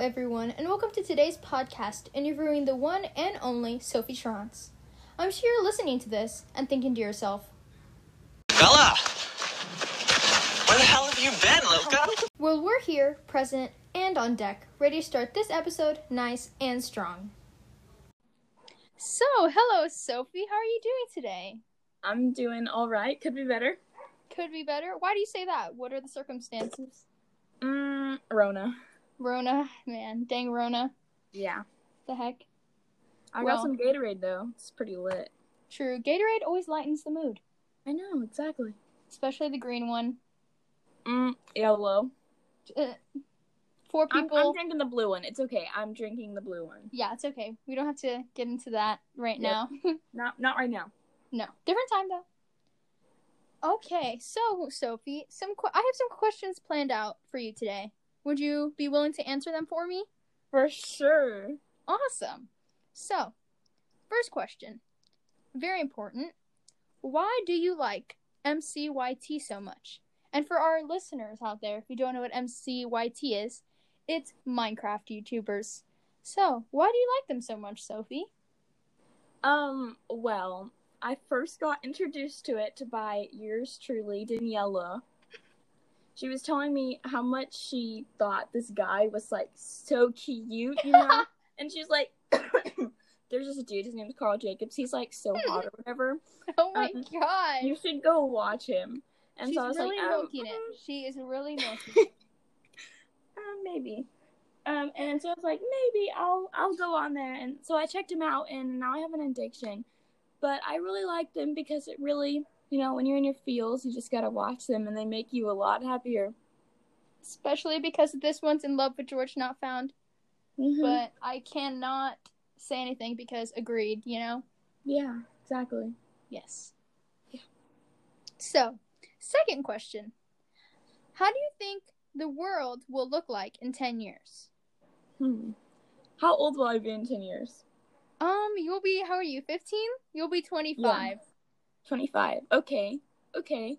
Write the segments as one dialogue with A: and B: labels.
A: everyone, and welcome to today's podcast interviewing the one and only Sophie Trance. I'm sure you're listening to this and thinking to yourself,
B: Bella! Where the hell have you been, Luca?
A: well, we're here, present, and on deck, ready to start this episode nice and strong. So, hello, Sophie. How are you doing today?
C: I'm doing all right. Could be better.
A: Could be better. Why do you say that? What are the circumstances?
C: Mm, Rona.
A: Rona, man, dang Rona.
C: Yeah.
A: The heck?
C: I
A: Well-
C: got some Gatorade though. It's pretty lit.
A: True. Gatorade always lightens the mood,
C: I know exactly.
A: especially the green one.
C: Mm, yellow.
A: Uh, Four
C: I'm,
A: people.
C: I'm drinking the blue one. It's okay. I'm drinking the blue one.
A: Yeah, it's okay. We don't have to get into that right
C: Yep.
A: now.
C: Not not right now.
A: no, different time though. Okay, so Sophie, some que- I have some questions planned out for you today. Would you be willing to answer them for me?
C: For sure.
A: Awesome. So, first question, very important. Why do you like MCYT so much? And for our listeners out there who don't know what MCYT is, it's Minecraft YouTubers. So, why do you like them so much, Sophie?
C: Um. Well, I first got introduced to it by yours truly, Daniela. She was telling me how much she thought this guy was like so cute, you know. and she's like, "There's this dude. His name's Carl Jacobs. He's like so hot or whatever.
A: Oh my
C: Um,
A: god.
C: You should go watch him." And
A: She's
C: so I was
A: really
C: like, um,
A: milking it. She is really milking it.
C: um, maybe. Um, and so I was like, maybe I'll I'll go on there. And so I checked him out, and now I have an addiction. But I really like them because it really, you know, when you're in your feels, you just gotta watch them, and they make you a lot happier.
A: Especially because this one's in love with George Not Found.
C: But
A: But I cannot say anything because agreed, you know?
C: yeah, exactly.
A: Yes. So, second question How do you think the world will look like in 10 years?
C: Hmm. How old will I be in ten years?
A: Um, you'll be, how are you, 15? You'll be 25.
C: Twenty five. Okay, okay.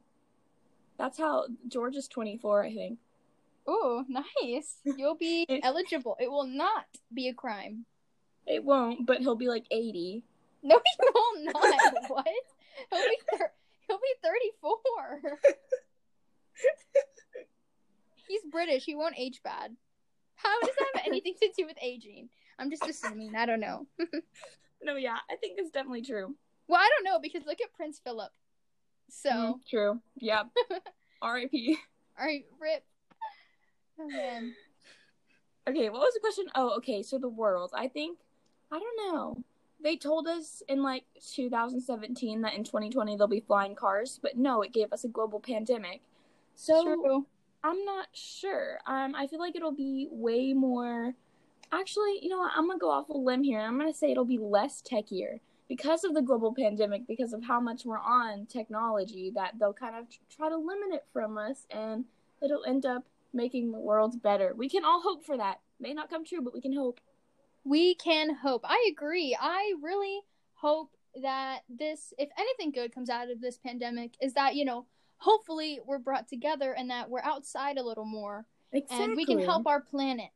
C: That's how George is twenty four, I think.
A: Oh, nice. You'll be
C: It-
A: eligible. It will not be a crime.
C: It won't, but he'll be like eighty.
A: No, he will not. what? He'll be thir- he'll be thirty four. He's British. He won't age bad. How does that have anything to do with aging? I'm just assuming. I don't know.
C: No, yeah, I think it's definitely true.
A: Well, I don't know because look at Prince Philip. So,
C: Mm, true. Yep. R.I.P.
A: all right, rip. Oh, man.
C: Okay, what was the question? Oh, okay. So the world. I think I don't know. They told us in like 2017 that in 2020 they'll be flying cars, but no, it gave us a global pandemic. So
A: True.
C: I'm not sure. Um, I feel like it'll be way more. Actually, you know what? I'm gonna go off a limb here. I'm gonna say it'll be less techier because of the global pandemic, because of how much we're on technology. That they'll kind of tr- try to limit it from us, and it'll end up making the world better. We can all hope for that. May not come true, but we can hope.
A: We can hope. I agree. I really hope that this, if anything good comes out of this pandemic, is that, you know, hopefully we're brought together and that we're outside a little more and we can help our planet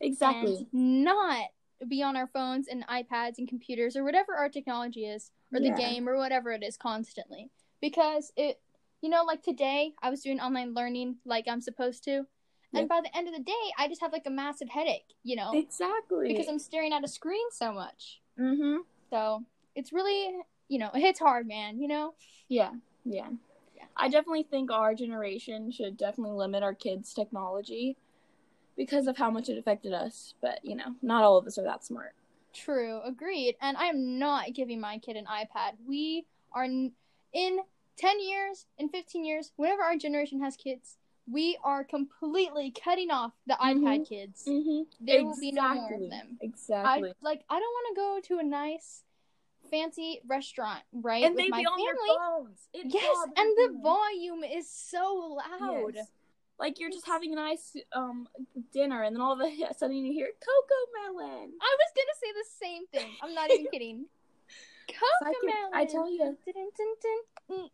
C: Exactly.
A: and not be on our phones and iPads and computers or whatever our technology is or the
C: Yeah.
A: game or whatever it is constantly. Because it, you know, like today I was doing online learning like I'm supposed to. And
C: Yep.
A: by the end of the day, I just have like a massive headache, you know?
C: Exactly.
A: because I'm staring at a screen so much.
C: Mm-hmm.
A: So it's really, you know, it hits hard, man. You know,
C: Yeah, yeah.
A: Yeah.
C: I definitely think our generation should definitely limit our kids' technology because of how much it affected us. But, you know, not all of us are that smart.
A: true, agreed. And I am not giving my kid an iPad. We are n- in 10 years, in 15 years, whenever our generation has kids, we are completely cutting off the iPad kids.
C: Mm-hmm.
A: There will be no more of them.
C: Exactly.
A: I like. I don't want to go to a nice, fancy restaurant, right,
C: and
A: with
C: they
A: my
C: be on
A: family.
C: their phones. It
A: Yes,
C: bothers
A: and the
C: me.
A: volume is so loud.
C: mm-hmm. Yes. Like you're just
A: Yes.
C: having a nice um dinner, and then all of a sudden you hear Coco Melon.
A: I was gonna say the same thing. I'm not even kidding. Cocomelon.
C: I tell ya.
A: Dun, dun, dun, dun. Mm.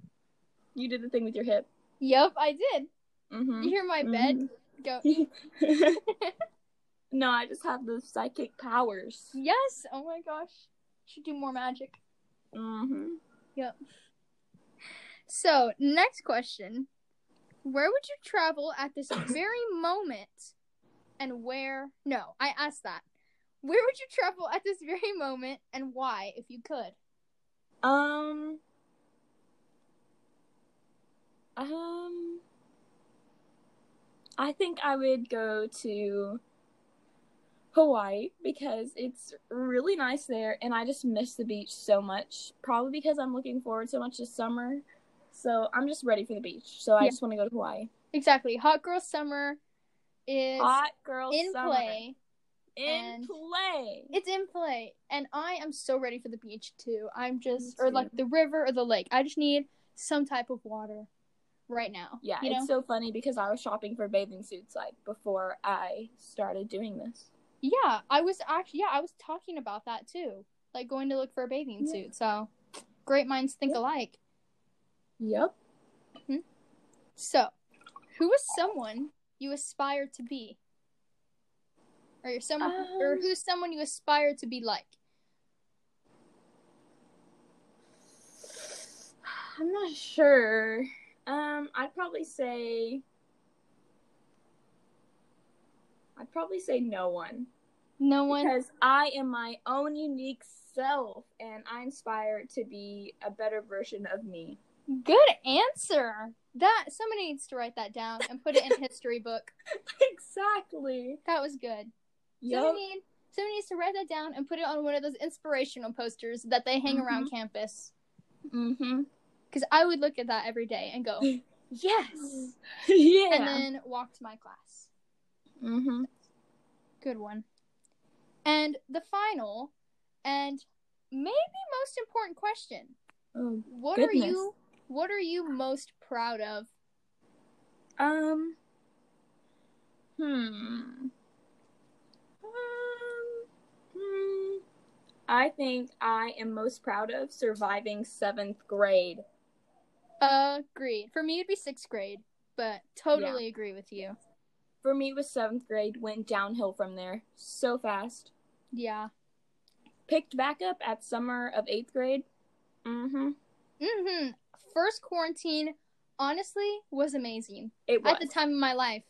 C: You did the thing with your hip.
A: Yep, I did.
C: Mm-hmm.
A: You hear my bed go?
C: Mhm. No, I just have the psychic powers.
A: Yes. Oh my gosh. Should do more magic.
C: Mm-hmm.
A: So, next question. Where would you travel at this very moment and where? No, I asked that. Where would you travel at this very moment and why if you could?
C: Um. Um. I think I would go to Hawaii because it's really nice there, and I just miss the beach so much. Probably because I'm looking forward so much to summer, so I'm just ready for the beach. So I
A: Yeah.
C: just want to go to Hawaii.
A: Exactly. Hot girl summer is
C: Hot girl
A: in
C: summer.
A: play.
C: in
A: and-
C: play.
A: It's in play, and I am so ready for the beach too. I'm just,
C: Me
A: or
C: too.
A: like the river or the lake. I just need some type of water right now.
C: Yeah,
A: you know?
C: it's so funny because I was shopping for bathing suits like before I started doing this.
A: yeah. I was actually, yeah, I was talking about that too, like going to look for a bathing
C: Yeah.
A: suit. So, great minds think
C: Yeah.
A: alike.
C: Yep.
A: So, who is someone you aspire to be? Or you're someone, or
C: Um,
A: who's someone you aspire to be like?
C: I'm not sure. Um, I'd probably say I'd probably say no one
A: No one.
C: because I am my own unique self and I inspire to be a better version of me.
A: Good answer. That somebody needs to write that down and put it in history book.
C: exactly.
A: That was good.
C: Yep.
A: Somebody, need- somebody needs to write that down and put it on one of those inspirational posters that they hang around
C: Mm-hmm.
A: campus.
C: Mhm.
A: Because I would look at that every day and go,
C: Yes. yeah.
A: and then walk to my class.
C: mhm.
A: Good one. And the final, and maybe most important question:
C: Oh
A: What are
C: Goodness.
A: you? What are you most proud of?
C: Um. Hmm. Um. Hmm. I think I am most proud of surviving seventh grade.
A: Agreed. For me, it'd be sixth grade, but totally agree with you.
C: For me, it was seventh grade. Went downhill from there so fast.
A: Yeah.
C: Picked back up at summer of eighth grade. Mm-hmm.
A: Mm-hmm. First quarantine, honestly, was amazing
C: It was.
A: at the time of my life.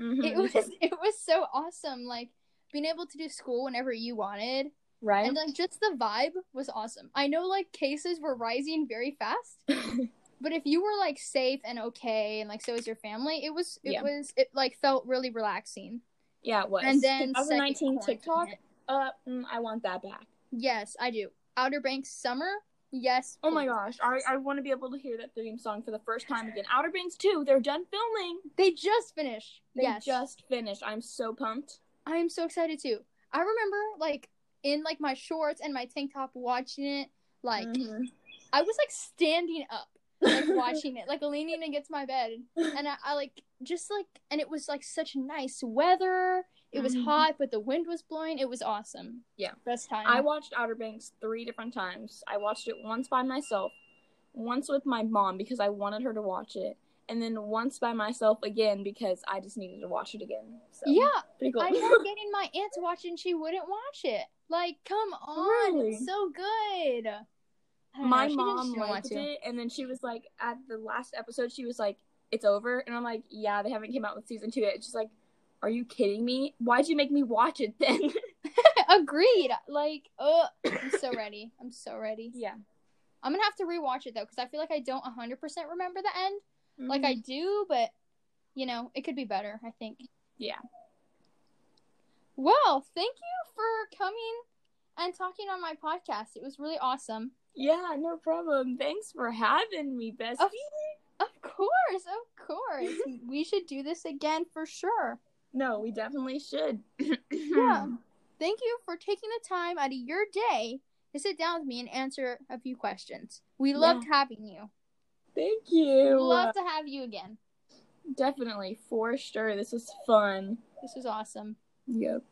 C: Mhm.
A: It was it was so awesome. Like being able to do school whenever you wanted,
C: right.
A: and like just the vibe was awesome. I know like cases were rising very fast, but if you were like safe and okay, and like so is your family, it was it
C: Yeah.
A: was it like felt really relaxing.
C: yeah, it was.
A: And then
C: 2019
A: second quarantine
C: TikTok.
A: hit.
C: Uh, mm, I want that back.
A: Yes, I do. Outer Banks summer. Yes.
C: Oh my
A: please.
C: gosh, I, I want to be able to hear that theme song for the first time again. Outer Banks 2, they're done filming.
A: They just finished.
C: They
A: yes.
C: just finished. I'm so pumped.
A: I am so excited too. I remember like in like my shorts and my tank top watching it. Like
C: Mhm.
A: I was like standing up, like watching it, like leaning against my bed, and I, I like just like and it was like such nice weather. It was
C: Mhm.
A: hot, but the wind was blowing. It was awesome.
C: Yeah.
A: best time.
C: I watched Outer Banks three different times. I watched it once by myself, once with my mom because I wanted her to watch it, and then once by myself again because I just needed to watch it again. So
A: yeah,
C: pretty cool.
A: I kept getting my aunt to watch it, and she wouldn't watch it. Like, come on,
C: Really?
A: it's so good. I don't
C: my
A: know, she didn't- she
C: mom
A: didn't want
C: liked
A: to.
C: it, and then she was like, at the last episode, she was like, "It's over," and I'm like, "Yeah, they haven't came out with season two yet." She's like, "Are you kidding me? Why'd you make me watch it then?"
A: Agreed. Like, uh, I'm so ready. I'm so ready.
C: yeah,
A: I'm gonna have to rewatch it though, because I feel like I don't 100% remember the end. Like I
C: Mm-hmm.
A: do, but you know, it could be better. I think.
C: Yeah.
A: Well, thank you for coming and talking on my podcast. It was really awesome.
C: Yeah, no problem. Thanks for having me, bestie.
A: Of, of course, of course. we should do this again for sure.
C: No, we definitely should.
A: Yeah. Thank you for taking the time out of your day to sit down with me and answer a few questions. We loved having you.
C: Thank you.
A: Love to have you again.
C: definitely, for sure. This was fun.
A: This was awesome.
C: Yep.